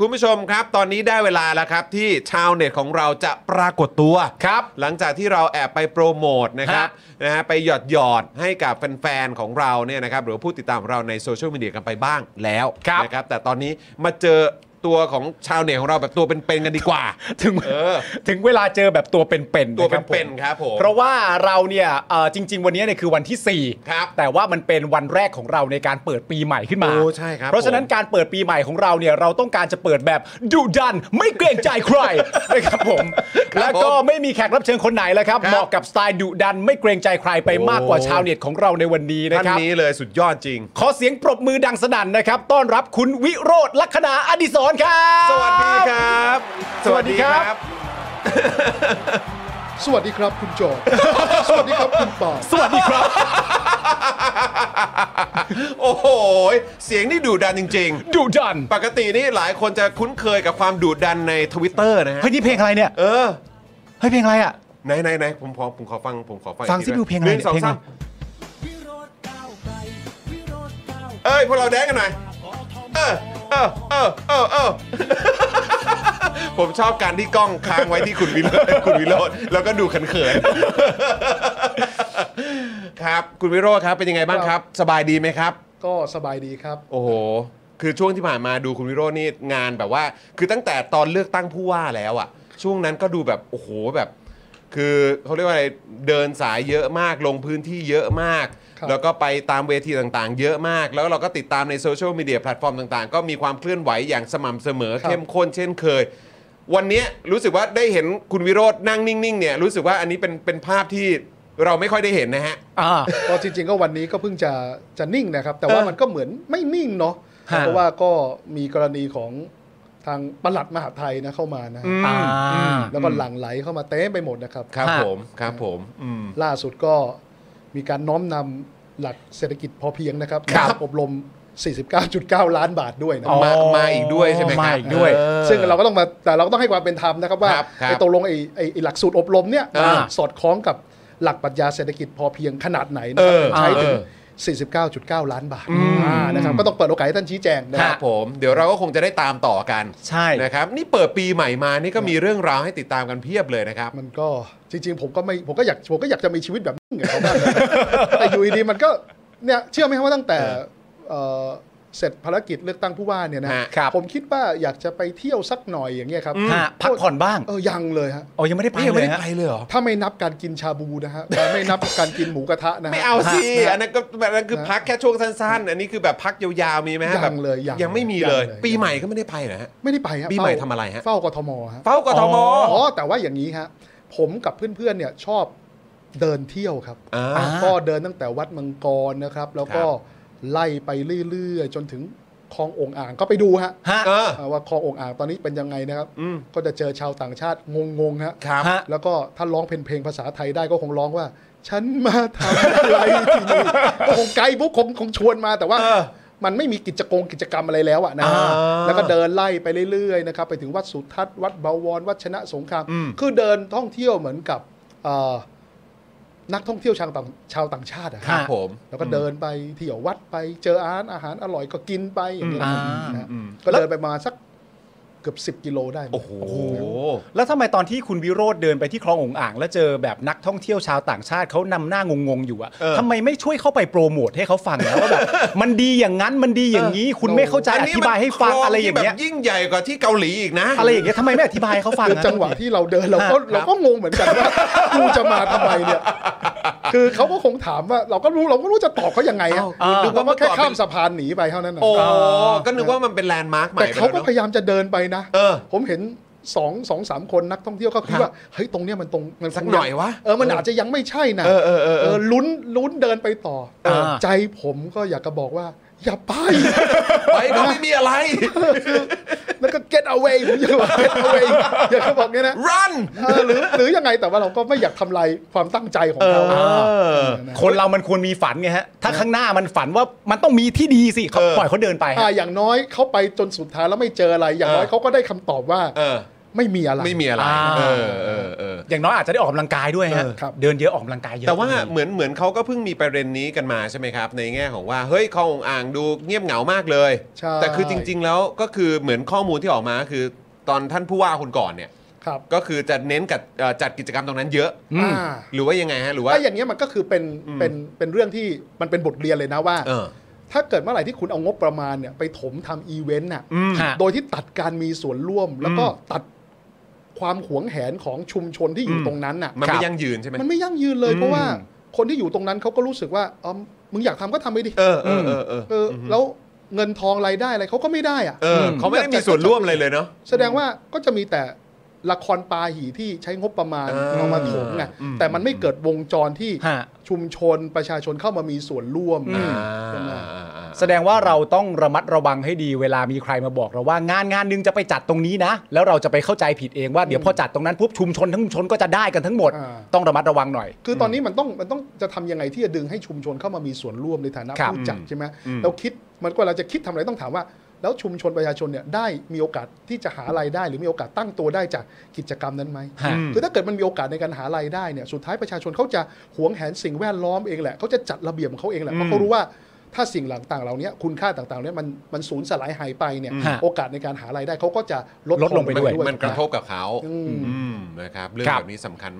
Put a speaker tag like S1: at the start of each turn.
S1: คุณผู้ชมครับ ตอนนี้ได้เวลาแล้วครับ ที่ชาวเน็ตของเราจะปรากฏตัว
S2: ครับ
S1: หลังจากที่เราแอบไปโปรโมทนะครับ
S2: ฮะ
S1: นะฮะไปหยอดหยอดให้กับแฟนๆของเราเนี่ยนะครับหรือว่าผู้ติดตามของเราในโซเชียลมีเดียกันไปบ้างแล้ว
S2: ครับ
S1: นะครับแต่ตอนนี้มาเจอตัวของชาวเน็ตของเราแบบตัวเป็นๆกันดีกว่า
S2: ถึง
S1: เออ
S2: ถึงเวลาเจอแบบตัวเป็น
S1: ตัว
S2: ๆะครับผม
S1: เป็นๆครับผม
S2: เพราะว่าเราเนี่ยเอ่อจริง ๆ วันนี้เนี่ยคือวันที่สี่
S1: ครับ
S2: แต่ว่ามันเป็นวันแรกของเราในการเปิดปีใหม่ขึ้นมา
S1: โอ้ใช่ครับ
S2: เพราะฉะนั้น
S1: ผม
S2: การเปิดปีใหม่ของเราเนี่ยเราต้องการจะเปิดแบบดุดัน ไม่เกรงใจใคร นะครับผม
S1: ครับ
S2: แล้วก็
S1: ผม
S2: ไม่มีแขกรับเชิญคนไหนแล้วครับ
S1: ครับ
S2: เหมาะกับสไตล์ดุดัน ไม่เกรงใจใครไปมากกว่า
S1: โอ้
S2: ชาวเน็ตของเราในวันนี้นะ
S1: ท่าน
S2: ครับ
S1: นี้เลยสุดยอดจริง
S2: ขอเสียงปรบมือดังสนั่นนะครับ ต้อนรับคุณวิโรธลัคนาอดิศรครับ
S1: สวัสดีครับ
S2: สวัสดีครับ
S3: สวัสดีครับคุณโจทย์ สวัสดีครับคุณปอ
S2: สวัสดีครับ
S1: โอ้โหเสียงนี่ดุดันจริง ๆ
S2: ดุดัน
S1: ปกตินี่หลายคนจะคุ้นเคยกับความดุดันใน Twitter นะฮะ
S2: เฮ้ยนี่เพลงอะไรเนี่ย
S1: เออ
S2: เฮ้ยเพลงอะไรอ่ะ
S1: ไหนไหนไหนผมขอผมขอฟังผมขอฟัง
S2: ฟังสิ
S1: อีก
S2: ดู
S1: ย
S2: เพลงอะ
S1: ห
S2: ไร
S1: นึ่งสอง
S2: เพลงอะไร
S1: สามเอ้ยพวกเราแดนกันหน่อยเออเออเออเออเออ ผมชอบการที่กล้องค้างไว้ที่คุณวิโรจน์คุณวิโรจน์แล้วก็ดูเขินๆ ครับ คุณวิโรจน์ครับเป็นยังไงบ้างครับ สบายดีไหมครับ
S3: ก็สบายดีครับ
S1: โอ้โห คือช่วงที่ผ่านมาดูคุณวิโรจน์นี่งานแบบว่า คือตั้งแต่ตอนเลือกตั้งผู้ว่าแล้วอะช่วงนั้นก็ดูแบบโอ้โหแบบ คือเขาเรียกว่าอะไรเดินสายเยอะมากลงพื้นที่เยอะมาก
S3: ครับ
S1: แล้วก็ไปตามเวทีต่างๆ เยอะมาก แล้วเราก็ติดตามในโซเชียลมีเดียแพลตฟอร์มต่างๆ ก็มีความเคลื่อนไหวอย่างสม่ำเสมอเข้มข้นเช่นเคย วันเนี้ยรู้สึกว่าได้เห็นคุณวิโรจน์นั่งนิ่งๆเนี่ยรู้สึกว่าอันนี้เป็นเป็นภาพที่เราไม่ค่อยได้เห็นนะฮะ
S2: อ่า
S3: ก็จริงๆก็วันนี้ก็เพิ่งจะจะนิ่งนะครับ แต่ว่า
S1: เออ
S3: มันก็เหมือนไม่นิ่งเนาะ
S2: ฮะ
S3: เพราะว่าก็มีกรณีของทางปลัดมหาดไทยนะเข้ามานะฮะ
S1: อืม
S2: อ่า
S3: แล้วก็หลั่งไหลเข้ามาเต็มไปหมดนะครับ
S1: ครับ
S2: ฮะ
S1: ผมครับผมอืม
S3: ล่าสุดก็มีการน้อมนำหลักเศรษฐกิจพอเพียงนะครับ
S1: ครับ
S3: กาอบรม 49.9 ล้านบาทด้วยนะ
S2: อ๋อ
S1: มามาอีกด้วยใช่ไหมครับ
S2: มาอีกด้วย
S1: เออ
S3: ซึ่งเราก็ต้องมาแต่เราก็ต้องให้ความเป็นธรรมนะครับว่า
S1: ครับครับ
S3: ไอ้ตกลงไอ้ไอ้ไอ้หลักสูตรอบรมเนี่ย
S1: อ่า
S3: สอดคล้องกับหลักปรัชญาเศรษฐกิจพอเพียงขนาดไหนนะครั
S1: เออ
S3: ถึงใช้ถึง
S1: เออ
S3: 49.9 ล้านบาทอ่านะครับก็ต้องเปิดโอกาสให้ท่านชี้แจงนะ
S1: ค
S3: ค
S1: รั
S3: รั
S1: บบ ผมเดี๋ยวเราก็คงจะได้ตามต่อกัน
S2: ใช่
S1: นะครับ นี่เปิดปีใหม่มานี่ก็มีเรื่องราวให้ติดตามกันเพียบเลยนะครับ
S3: มันก็จริงๆ ผมก็ไม่ผมก็อยากผมก็อยากจะมีชีวิตแบบนี้เหมือนเขาบ้างนะ แต่อยู่ดีๆมันก็เนี่ยเชื่อไหมครับว่าตั้งแต่เอ่อเสร็จภารกิจเลือกตั้งผู้ว่าเนี่ยนะ
S1: ฮะ
S2: ครับ
S3: ผมคิดว่าอยากจะไปเที่ยวสักหน่อยอย่างเงี้ยครับ
S2: ฮะพักผ่อนบ้าง
S3: เออยังเลยฮะ
S2: โอ้ยังไม่ได้ไป
S1: นี่ยังไม่
S2: เลย
S1: ได้
S2: ฮะ
S1: ไปเลยเหรอ
S3: ถ้าไม่นับการกินชาบูนะฮะแต่ไม่นับการกินหมูกระทะนะฮะ
S1: ไม่เอาสิ
S3: ฮะ
S1: อันนั้นก็แบบนั้นคือพักแค่ช่วงสั้นๆ อันนี้คือแบบพักยาวๆมีไหมฮะ
S3: ยัง
S1: แบบ
S3: เลยยัง
S1: ยังไม่มีเลย
S3: ยังเลย
S1: ปีใหม่ก็ไม่ได้ไปนะฮะ
S3: ไม่ได้ไปฮะ
S1: ปีใหม่
S3: เฝ้า
S1: ทำอะไรฮะ
S3: เฝ้ากทมฮะ
S1: เฝ้ากทม
S2: อ๋อ
S3: อ๋อแต่ว่าอย่างนี้ฮะผมกับเพื่อนๆเนี่ยชอบเดินเที่ยวครับ
S1: อ่า
S2: อ่า
S3: ก็เดินตั้งแต่วัดมังกรนะครับ แล้วก็
S1: ครับ
S3: ไล่ไปเรื่อยๆ จนถึงคลององอ่างก็ไปดูฮะ
S2: ฮะ
S1: เออ
S3: อ่าว่าคลององอ่างตอนนี้เป็นยังไงนะครับ
S1: อืม
S3: ก็จะเจอชาวต่างชาติงงๆฮะ
S1: ครับ
S2: ฮะ
S3: แล้วก็ถ้าร้องเพลงเพลงภาษาไทยได้ก็คงร้องว่า ฉันมาทำอะไรที่ นี่ก็คงไกลพวกคงคงชวนมาแต่ว่า
S1: เออ
S3: มันไม่มีกิจกรรมกิจกรรมอะไรแล้วอะนะฮะ
S1: อ่า
S3: แล้วก็เดินไล่ไปเรื่อยๆนะครับไปถึงวัดสุทัศน์วัดบวรวัดชนะสงคราม
S1: อืม
S3: คือเดินท่องเที่ยวเหมือนกับเอ่อนักท่องเที่ยวชาวต่างชาวต่างชาติอะ
S1: ครับ
S2: ฮะ
S1: ผม
S3: แล้วก็เดินไปเที่ยววัดไปเจออาหารอาหารอร่อยก็กินไปอย่างเงี้ย
S2: อืม
S3: นะฮะ
S1: อืม
S3: ก็เดินไปมาสักเกือบ 10 กิโลได้
S1: โอ้โห
S2: แล้วทำไมตอนที่คุณวิโรธเดินไปที่คลององอ่าง แล้วเจอแบบนักท่องเที่ยวชาวต่างชาติเขานำหน้างงๆอยู่อะ
S1: เออ
S2: ทำไมไม่ช่วยเข้าไปโปรโมทให้เขาฟังนะว่าแบบ มันดีอย่างนั้นมันดีอย่างนี้ คุณไม่เข้าใจ
S1: อัน
S2: อ
S1: นี้
S2: ธิ
S1: มัน
S2: บายให้ฟัง
S1: คล
S2: อะไรอย่างเงี้ย
S1: ที่แบบยิ่งใหญ่กว่าที่เกาหลีอีกนะ
S2: อะไรอย่างเงี้ยทำไมไม่อธิบายให้เขาฟัง
S3: คือ
S2: นะ
S3: จังหวะที่เราเดินเราก็เราก็งงเหมือนกันว่ากูจะมาทำไมเนี่ย คือเขาก็คงถามว่าเราก็รู้เราก็รู้จะตอบเขายังไงอะ
S1: อ้าว
S3: เราก็แค่ข้ามสะพานหนีไปเท่านั้นนะ
S1: โอ้ก็นึกว่ามันเป็นแลนด์มาร์คใหม่
S3: แต่เขา
S1: ไป
S3: ก็
S1: แล้วน
S3: พ
S1: อะ
S3: ยายามจะเดินไปนะ
S1: เออ
S3: ผมเห็นสองสองสามคนนักท่องเที่ยวก็คิดว่าเฮ้ยตรงเนี้ยมันตรงมัน
S1: สักหน่อยวะ
S3: เออมันอาจจะยังไม่ใช่นะ
S1: เออเออเออเอ
S3: เอ
S1: อ
S3: อลุ้นลุ้นเดินไปต่อ
S2: เออ
S3: ใจผมก็อยากจะบอกว่า อย่าไป
S1: ไปก็ไม่มี อะไร
S3: แล้วก็ get away ผมอยากบอก get away อยากจะบอกเนี้ยนะ
S1: run
S3: เออหรือหรือยังไงแต่ว่าเราก็ไม่อยากทำลายความตั้งใจของเขา
S1: เออ
S3: นะ
S2: คนเรามันควรมีฝันไงฮะถ้าข้างหน้ามันฝันว่ามันต้องมีที่ดีสิเขา
S1: เออ
S2: ปล่อยเขาเดินไป
S3: อ่า
S2: ฮะ
S3: อย่างน้อยเขาไปจนสุดท้ายแล้วไม่เจออะไร อย่างน้อย
S1: เออ
S3: เขาก็ได้คำตอบว่า
S1: เออ
S3: ไม่มีอะไร
S1: ไม่มีอะไร
S2: อ่า
S1: เออเออเออ
S2: อย่างน้อยอาจจะได้ออกกำลังกายด้วยฮะ
S3: เออครับ
S2: เดินเยอะออกกำลังกายเยอะ
S1: แต่ว่าเหมือนเหมือนเขาก็เพิ่งมีประเด็นนี้กันมาใช่ไหมครับ ในแง่ของว่าเฮ้ยคลองอ่างดูเงียบเหงามากเลย
S3: ใช่
S1: แต่คือจริง ๆ แล้วก็คือเหมือนข้อมูลที่ออกมาก็คือ ตอนท่านผู้ว่าคนก่อนเนี่ย
S3: ครับ
S1: ก็คือจะเน้นกับเอ่อจัดกิจกรรมตรงนั้นเยอะ
S2: อืม
S3: อ่า
S1: หรือว่ายังไงฮะหรือว่า
S3: ถ้าอย่างเงี้ยมันก็คือเป็น
S1: อืม
S3: เป็นเป็นเรื่องที่มันเป็นบทเรียนเลยนะว่า
S1: เออ
S3: ถ้าเกิดเมื่อไหร่ที่คุณเอางบประมาณเนี่ยไปถมทำอีเวนต์น่ะ
S1: อืม
S2: ฮะ
S3: โดยที่ตัดการมีส่วนร่วม แล้วก็
S1: อืม
S3: ตัดความหวงแหนของชุมชนที่อยู่ตรงนั้นน่ะ
S1: มันไม่ยั่งยืนใช่ไหม
S3: มันไม่ยั่งยืนเลย
S1: อืม
S3: เพราะว่าคนที่อยู่ตรงนั้นเขาก็รู้สึกว่าอ๋อมึงอยากทำก็ทำไปดิ
S1: เออเออเออเออ
S3: เออแล้วเงินทองรายได้อะไรเขาก็ไม่ได้อะ
S1: เออเขาไม่ได้มีส่วนร่วมอะไรเลยเนาะ
S3: แสดงว่าก็จะมีแต่ละครปาหีที่ใช้งบประมาณ
S1: เออ
S3: เอามาถมไง
S1: อืม
S3: แต่มันไม่เกิดวงจรที่
S2: ฮะ
S3: ชุมชนประชาชนเข้ามามีส่วนร่วม
S2: อืม
S3: ใช่ไหม
S1: อ่าอ่า
S2: แสดงว่าเราต้องระมัดระวังให้ดีเวลามีใครมาบอกเราว่างานงานหนึงจะไปจัดตรงนี้นะ แล้วเราจะไปเข้าใจผิดเองว่าเดี๋ยวพอจัดตรงนั้นปุ๊บชุมชนทั้งชุมชนก็จะได้กันทั้งหมด
S3: อ่า
S2: ต้องระมัดระวังหน่อย
S3: คือตอนนี้มันต้องมันต้องจะทำยังไงที่จะดึงให้ชุมชนเข้ามามีส่วนร่วมในฐานะครับ ผู้จัดใช่ไหม
S1: อืม
S3: แล้วคิดมันก็เราจะคิดทำอะไรต้องถามว่า แล้วชุมชนประชาชนเนี่ยได้มีโอกาสที่จะหารายได้ หรือมีโอกาสตั้งตัวได้จากกิจกรรมนั้นไหม
S2: ฮะ
S3: คือถ้าเกิดมันมีโอกาสในการหารายได้เนี่ยสุดท้ายประชาชนเขาจะหวงแหนสิ่งแวดล้อมเองแหละเขาจะจัดระเบียบของเขาเองแหละเพราะเขารู้ว่าถ้าสิ่งหลังต่างๆเหล่านี้คุณค่าต่างๆเนี่ยมันมันสูญสลายหายไปเนี่ย
S2: ฮะ
S3: โอกาสในการหารายได้เขาก็จะลด
S2: ลดลงไปด้วย
S1: มันกระทบกับเขา
S3: อืม
S1: อืมนะครับเรื่อง
S2: ครับ
S1: แบบนี้สำคัญ